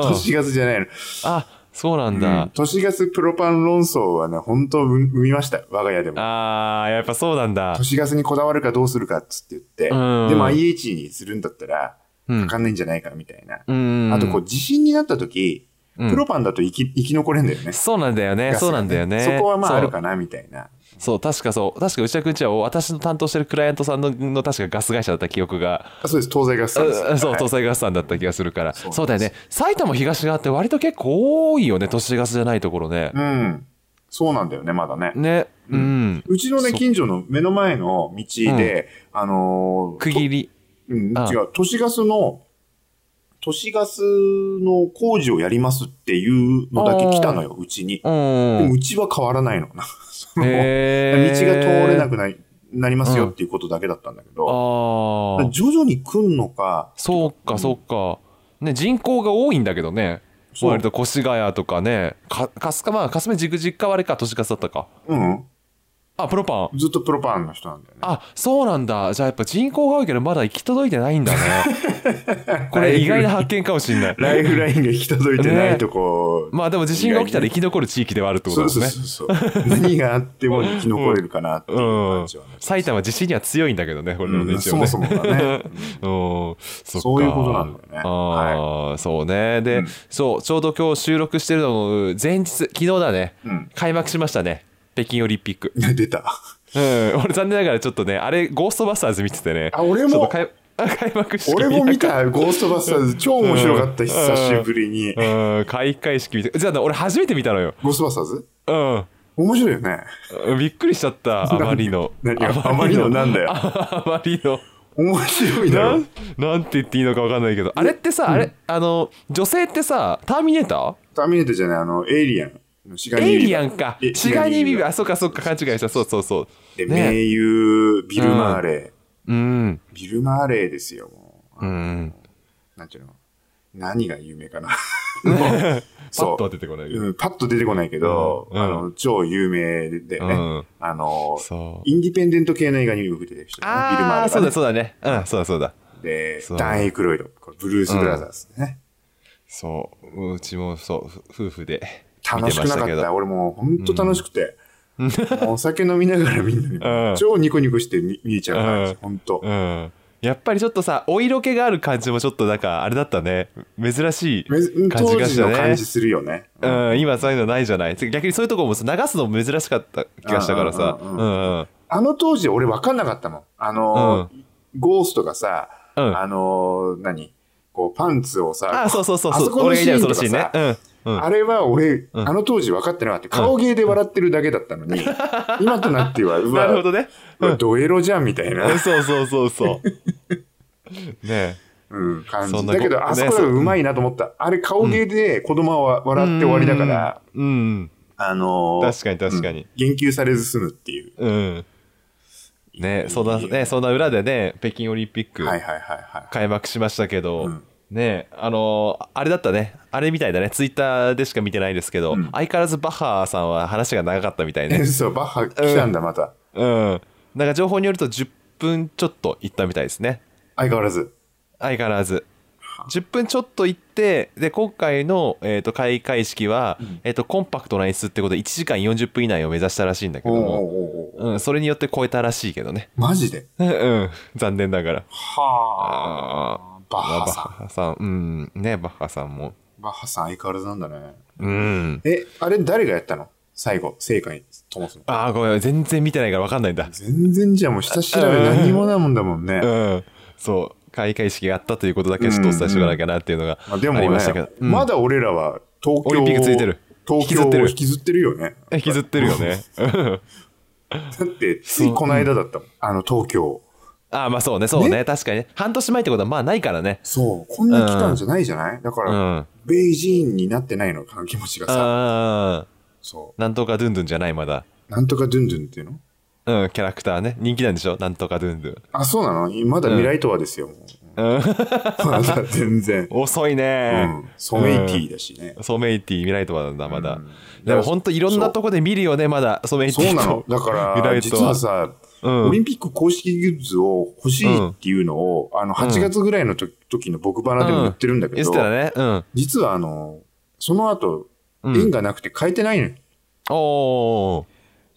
S2: 都市ガスじゃないの。
S1: あそうなんだ、
S2: うん都市ガスプロパン論争はね、本当生みました。我が家でも。
S1: ああやっぱそうなんだ
S2: 都市ガスにこだわるかどうするかっつって言って、
S1: うん
S2: でも IH にするんだったら、
S1: うん
S2: かかんないんじゃないかみたいな。
S1: うん
S2: あと、こう、地震になった時、
S1: うん
S2: プロパンだと生き生き残れんだよね。
S1: そうなんだよね
S2: ガスが
S1: そうなんだよね
S2: そこはま
S1: そ
S2: あ
S1: う
S2: あるかな、みたいな。
S1: そう確かそう確か内田君ちは私の担当してるクライアントさんのの確かガス会社だった記憶が
S2: あそうです、東西ガスさんです。
S1: うんそう、
S2: はい
S1: 東西ガスさんだった気がするから。
S2: そうなんです
S1: そうだよね。埼玉東側って割と結構多いよね、都市ガスじゃないところね。
S2: うん。そうなんだよね、まだね。
S1: ね。うん。
S2: うちのね、
S1: そう
S2: 近所の目の前の道で、あのー
S1: 区切り。
S2: うん、
S1: ああ
S2: 違う、都市ガスの、都市ガスの工事をやりますっていうのだけ来たのよ、うちに。
S1: う
S2: で も
S1: ん。
S2: うちは変わらないの。 その道
S1: へ
S2: が
S1: ー
S2: 通れなくなりなりますよっていうことだけだったんだけど、
S1: ああ。
S2: 徐々に来んのか、
S1: そうか、そうか。ね、人口が多いんだけどね。
S2: そう
S1: 割と越谷とかね。か、かすか、まあ、かすめじく実家はあれか、都市ガスだったか。
S2: うん、
S1: あ、プロパン。
S2: ずっとプロパンの人なんだよね。
S1: あ、そうなんだ。じゃあやっぱ人口が多いけど、まだ行き届いてないんだ ね。これ意外な発見かもしれない。
S2: ライフラインが行き届いてな
S1: ね
S2: いとこ、
S1: まあでも地震が起きたら生き残る地域ではあるってこと
S2: そう
S1: です
S2: そう
S1: ね。
S2: そう そう。何があっても生き残れるかなっていう
S1: うん
S2: 感じはね。
S1: 埼玉地震には強いんだけどね、これでもね、
S2: うん
S1: 一応
S2: そ
S1: ね。
S2: もそもがね。
S1: うんそっか
S2: そういうことなんだよね
S1: ああ、そうね。で、
S2: うん
S1: そう、ちょうど今日収録してるのの前日、昨日だね、
S2: うん
S1: 開幕しましたね。北京オリンピック。
S2: 出た。
S1: うん、俺残念ながらちょっとね、あれ、ゴーストバスターズ見ててね。
S2: あ俺も
S1: ちょっと開開幕式
S2: 俺も見た、 ゴーストバスターズ。超面白かった、久しぶりに。
S1: うん、開会式見て。じゃあ、俺初めて見たのよ。
S2: ゴーストバスターズ
S1: うん。
S2: 面白いよね。
S1: うんびっくりしちゃ った、あまりの。
S2: 何があまりのなんだ よ
S1: ああまりの。
S2: 面白いだ
S1: な
S2: ろ
S1: ん。なんて言っていいのか分かんないけどあれってさ、あれあの女性ってさターミネータ
S2: ターミネーターじゃない、あの、エイリアンのシ
S1: ー
S2: ガニー
S1: エ
S2: ビ
S1: イ
S2: ー
S1: リアンか
S2: え
S1: シガニービーバー
S2: シ
S1: あそうかそうか勘違いしたそうそうそ
S2: で、
S1: う
S2: 名
S1: ね
S2: 優、ビル・マーレ
S1: うん
S2: ー。ビル・マーレーですよ、もう。
S1: うん
S2: なんていうの何が有名かな。 もう
S1: パッ
S2: そ
S1: とは
S2: う。
S1: 出てこないけど
S2: うん、パッと出てこないけど、
S1: うん
S2: あの、超有名でね、
S1: うん
S2: あの、
S1: そう
S2: インディペンデント系の映画によく出てる人ね、ビル・マー
S1: あ
S2: レ
S1: あ
S2: ーが
S1: そう
S2: ね
S1: だそうだねうんそうだそうだ
S2: で
S1: そ、う
S2: ダン・エイクロイド、これブルース・ブラザーズね。
S1: そううちもそうふ夫婦で見
S2: 楽
S1: て
S2: し
S1: ま
S2: く
S1: し
S2: な
S1: た
S2: か
S1: け
S2: った。
S1: ど
S2: 俺もうほんと楽しくて。もうお酒飲みながらみん
S1: う
S2: な
S1: ん
S2: に、超ニコニコして見見えちゃう感
S1: うん
S2: じ。ほんと
S1: う。んやっぱりちょっとさお色気がある感じもちょっとなんかあれだったね珍しい
S2: めうん
S1: 感じ
S2: 当
S1: がし
S2: 時
S1: た
S2: の感
S1: ね
S2: じするよね。
S1: うん、今そういうのないじゃない逆にそういうとこもさ流すの珍しかった気がしたからさ
S2: う
S1: うん
S2: うん
S1: ん
S2: う
S1: うん
S2: あの当時俺分かんなかったもん。あのー、ゴーストがさ、
S1: うん
S2: あのー、何こう、パンツをさ、
S1: あそうそうそう
S2: あ
S1: そ
S2: そうこの
S1: 俺が
S2: シ
S1: 言い
S2: ーン
S1: た
S2: と
S1: い
S2: か
S1: そのシーン
S2: さ、
S1: ねうんうん
S2: あれは俺、
S1: うん
S2: あの当時分かってなかった。顔芸で笑ってるだけだったのに、今となっては、う
S1: な
S2: わ、
S1: るほどね
S2: うわドエロじゃんみたいな、
S1: そうそうそうそう ね
S2: うん、感
S1: そ
S2: じ。
S1: んな
S2: だけど、
S1: ご
S2: あそこは
S1: ねそう
S2: うまいなと思った。あれ顔芸で子供は
S1: え
S2: 笑って終わりだから、
S1: うんうん
S2: あのー
S1: 確かに確かに
S2: うん言及されず済むっていう。
S1: うんねそんなねそんな裏でね北京オリンピック
S2: はいはいはいはい。
S1: 開幕しましたけど、
S2: うん
S1: ねあのーあれだったねあれみたいだねツイッターでしか見てないですけど、
S2: うん
S1: 相変わらずバッハさんは話が長かったみたい ね
S2: そう、バッハ来たんだ、また。
S1: うんなんか情報によると10分ちょっと行ったみたいですね
S2: 相変わらず。
S1: 相変わらず10分ちょっと行ってで今回の、えー、と開会式は、えー、とコンパクトな演出ってことで1時間40分以内を目指したらしいんだけど
S2: おうお
S1: も、
S2: うおうおう
S1: うん、それによって超えたらしいけどね
S2: マジで
S1: うん残念ながら
S2: はあ。バッ
S1: バ
S2: ハさ
S1: ッハさんうんねバッハさんも
S2: ん。バッハさん相変わらずなんだね。
S1: うん
S2: え、あれ誰がやったの最後、聖火に灯すの。
S1: ああごめん全然見てないから分かんないんだ
S2: 全然じゃあもう下調べ何もないもんだもんね。
S1: うんそう開会式があったということだけちょっとお伝えしとかなきゃなっていうのが
S2: ま
S1: あ
S2: あ、でもね
S1: りましたけど、うん
S2: まだ俺らは東京を
S1: オリンピックついてる引き
S2: 東京
S1: ずって
S2: を
S1: る
S2: 引きずってるよね。
S1: 引きずってるよねうん
S2: だって、ついこの間だったもん。あの東京。
S1: ああまあそうねそうね
S2: ね
S1: 確かにね半年前ってことはまあないからね
S2: そう。こんな期間じゃないじゃないだか
S1: う
S2: ら、
S1: ん
S2: ベイジーンになってないのかな、気持ちがさ。
S1: ああ
S2: そ
S1: なんとかドゥンドゥンじゃないまだ
S2: う。なんとかドゥンドゥンっていうの
S1: うんキャラクターね人気なんでしょなんとかドゥンドゥン
S2: あ、そうなのまだ未来とはですよ、もう。 まだ全 然。
S1: 遅いうね、
S2: ん。ソメイティだしね。
S1: ソメイティ未来とはなんだまだ、
S2: うん
S1: でもほんといろんなとこで見るよねまだソメイテ
S2: そう
S1: ィと
S2: なの。だか
S1: 未
S2: ら、
S1: 来と
S2: 実はさ、
S1: うん
S2: オリンピック公式グッズを欲しいっていうのを、あの、8月ぐらいのと時の僕バナでも言ってるんだけ
S1: 言っ
S2: ど、
S1: てたねうん
S2: 実はあの、その後、
S1: うん
S2: 縁がなくて買えてないのよ。
S1: おお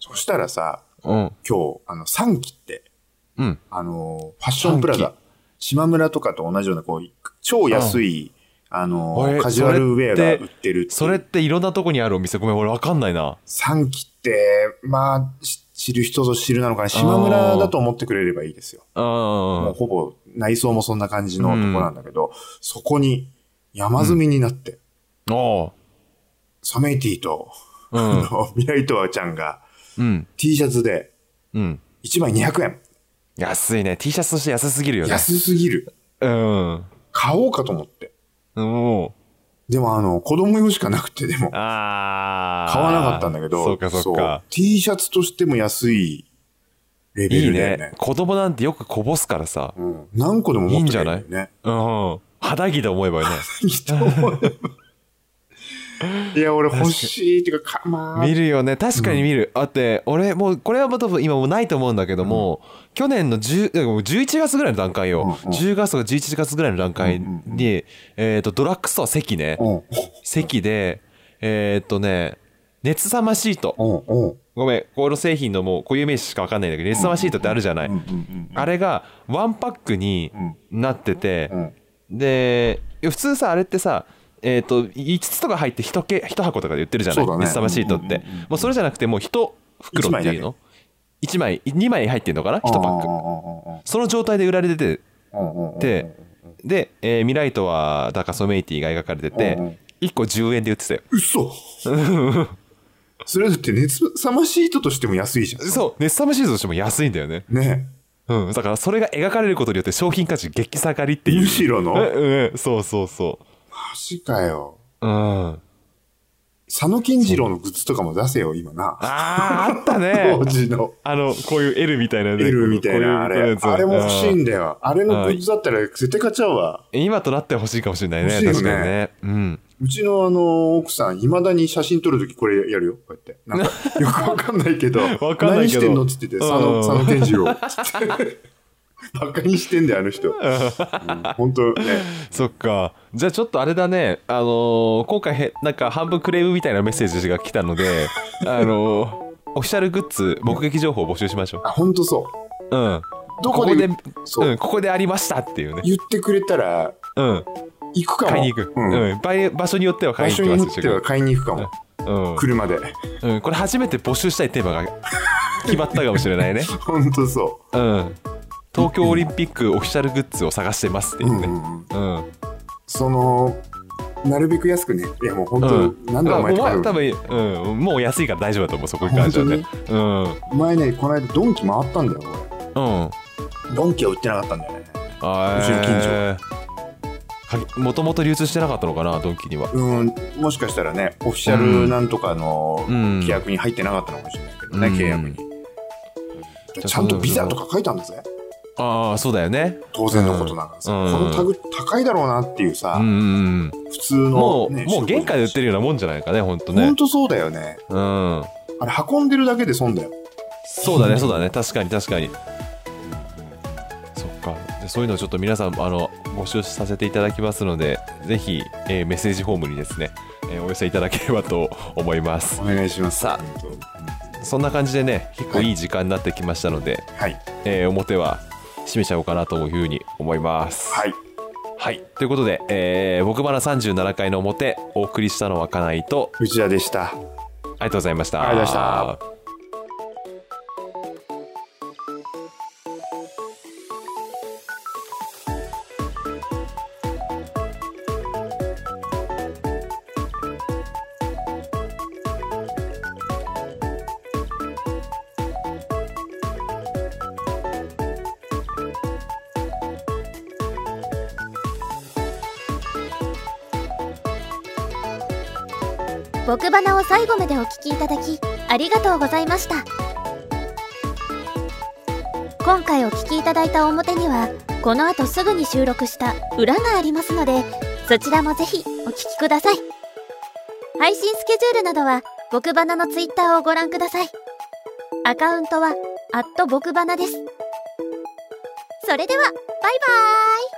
S2: そしたらさ、
S1: うん
S2: 今日、あの、3期って、
S1: うん
S2: あの、ファッションプラザ、島村とかと同じような、こう、超安い、あ
S1: あ
S2: の
S1: れ、
S2: カジュアルウェアが
S1: それって
S2: 売ってるっていう
S1: それっていろんなとこにあるお店ごめん俺わかんないな
S2: 3期って、まあ、し知る人ぞ知るなのかな。島村だと思ってくれればいいですよ。
S1: うんうんう
S2: もうんほぼ内装もそんな感じのとこなんだけど、そこに山積みになって、
S1: お
S2: ソメイティと、
S1: う
S2: あ
S1: ん
S2: の未来とわちゃんが
S1: うん
S2: T シャツで
S1: うん
S2: 1枚200円。
S1: 安いね T シャツとして安すぎるよね
S2: 安すぎる。
S1: うん
S2: 買おうかと思って。
S1: も
S2: でもあの、子供用しかなくてでも
S1: う、ああ
S2: 買わなかったんだけど、
S1: そうかそうか
S2: T シャツとしても安いレベ
S1: いい
S2: ルだよね。
S1: ね子供なんてよくこぼすからさ
S2: うん、何個でも持ってるよね。
S1: いいんじゃうん肌着で思え ばね
S2: 人もいや、俺欲しいっていうか、かまあ、
S1: 見るよね確かに見る、あって俺もうこれはまた今もうないと思うんだけども、去年の10いやもう11月ぐらいの段階よ、
S2: うんうん
S1: 10月とか11月ぐらいの段階に、
S2: うんうんうん
S1: えー、とドラッグストア席ね、
S2: うん、
S1: 席でえっ、とね熱さまシート
S2: うん、うん。
S1: ごめんこの製品のもう固有名詞しか分かんないんだけど熱さまシートってあるじゃない、
S2: うんうんうん
S1: あれがワンパックになってて、
S2: うん
S1: で普通さあれってさえー、と5つとか入って 1, け1箱とかで売ってるじゃない
S2: そうだね
S1: 熱さまシートって、
S2: うんうんうんうん
S1: もうそれじゃなくてもう1袋っていうの1枚2枚入ってるのかな1パックその状態で売られてて
S2: ク
S1: でで、えーミライトはダカソメイティが描かれて
S2: うんうん
S1: て1個10円で売ってたよ
S2: 嘘それだって熱さまシートとしても安い じゃん
S1: そう熱さまシートとしても安いんだよね、
S2: うね
S1: うん、だからそれが描かれることによって商品価値激下がりっていう
S2: むしろの
S1: うん
S2: マ
S1: うんそうそうそ
S2: ジかよ
S1: ううん
S2: 佐野金次郎のグッズとかも出せよ今な
S1: あーあったね
S2: 当時の
S1: あのこういう L みたいなね
S2: L みたいなあ
S1: こういう
S2: れ
S1: やつ
S2: あれも欲しいんだよあれのグ
S1: うん
S2: ッズだったら絶対買っちゃうわ
S1: うん今となっては欲しいかもしれないね
S2: 欲しいよね
S1: 確かにねうん
S2: うちのあの奥さんいまだに写真撮るときこれやるよこうやって なんかよくわかんないけど
S1: わかんないけど
S2: 何してんのっつってて佐野
S1: うん
S2: 佐野 健次郎っつって バカにしてんだよあの人本当ね
S1: そっかじゃあちょっとあれだねあのー今回へなんか半分クレームみたいなメッセージが来たの であのーオフィシャルグッズ目撃情報を募集しましょ
S2: あ本当そう
S1: うん
S2: ど
S1: こ
S2: こ
S1: こで
S2: で
S1: う、
S2: そうん
S1: ここでありましたっていうね、
S2: 言ってくれたら
S1: うん、
S2: 行くかも
S1: 買いに行く、
S2: うん
S1: うん場合場所によっては
S2: 場
S1: 買い
S2: 所
S1: に
S2: に
S1: 行き
S2: よ
S1: ま
S2: っ
S1: す
S2: ては買いに行くかも
S1: うん
S2: 車で
S1: うん、これ初めて募集したいテーマが決まったかもしれない ね、
S2: 本当そ
S1: うん、東京オリンピックオフィシャルグッズを探してますって
S2: う、
S1: いううん
S2: う
S1: ね、
S2: んうん、
S1: うん
S2: そのなるべく安くねいやもう本当に、なんだお前って
S1: まあ
S2: 買う
S1: 多分、うん、もう安いから大丈夫だと思うそこに関してはねうん
S2: 前ねこの間ドンキ回ったんだよ俺
S1: うん
S2: ドンキは売ってなかったんだよね
S1: あ
S2: うちの近
S1: 所もともと流通してなかったのかなドンキには
S2: うんもしかしたらねオフィシャルなんとかの
S1: うん
S2: 契約に入ってなかったのかもしれないけどね、
S1: うん
S2: 契約にちゃんとビザとか書いたんだぜ
S1: ああそうだよね
S2: 当然のことながらさ、
S1: うん
S2: このタグ高いだろうなっていうさ、
S1: うんうんうん
S2: 普通
S1: も
S2: の
S1: う、
S2: ね、
S1: もう玄関で売って
S2: る
S1: るようなもんじゃないかねほんと
S2: ねほ
S1: ね
S2: んとそうだよね
S1: うん
S2: あれ運んでるだけで損だよ
S1: そうだねそうだね確かに確かにそっかでそういうのをちょっと皆さんあの募集させていただきますのでぜひ、えーメッセージフォームにですね、えーお寄せいただければと 思います
S2: お願いします
S1: さあ
S2: 本当うん
S1: そんな感じでね結構いい時間になってきましたので、
S2: はい
S1: えー表は締めちゃおうかなというふうに思います。
S2: はい
S1: はいということで、えー、僕バナ37回の表お送りしたのはかないと
S2: 内田でした
S1: ありがとうございました。
S2: ありがとうございました
S3: 僕花を最後までお聞きいただきありがとうございました今回お聞きいただいた表にはこの後すぐに収録した裏がありますのでそちらもぜひお聞きください配信スケジュールなどは僕花のツイッターをご覧くださいアカウントはアット僕花ですそれではバイバーイ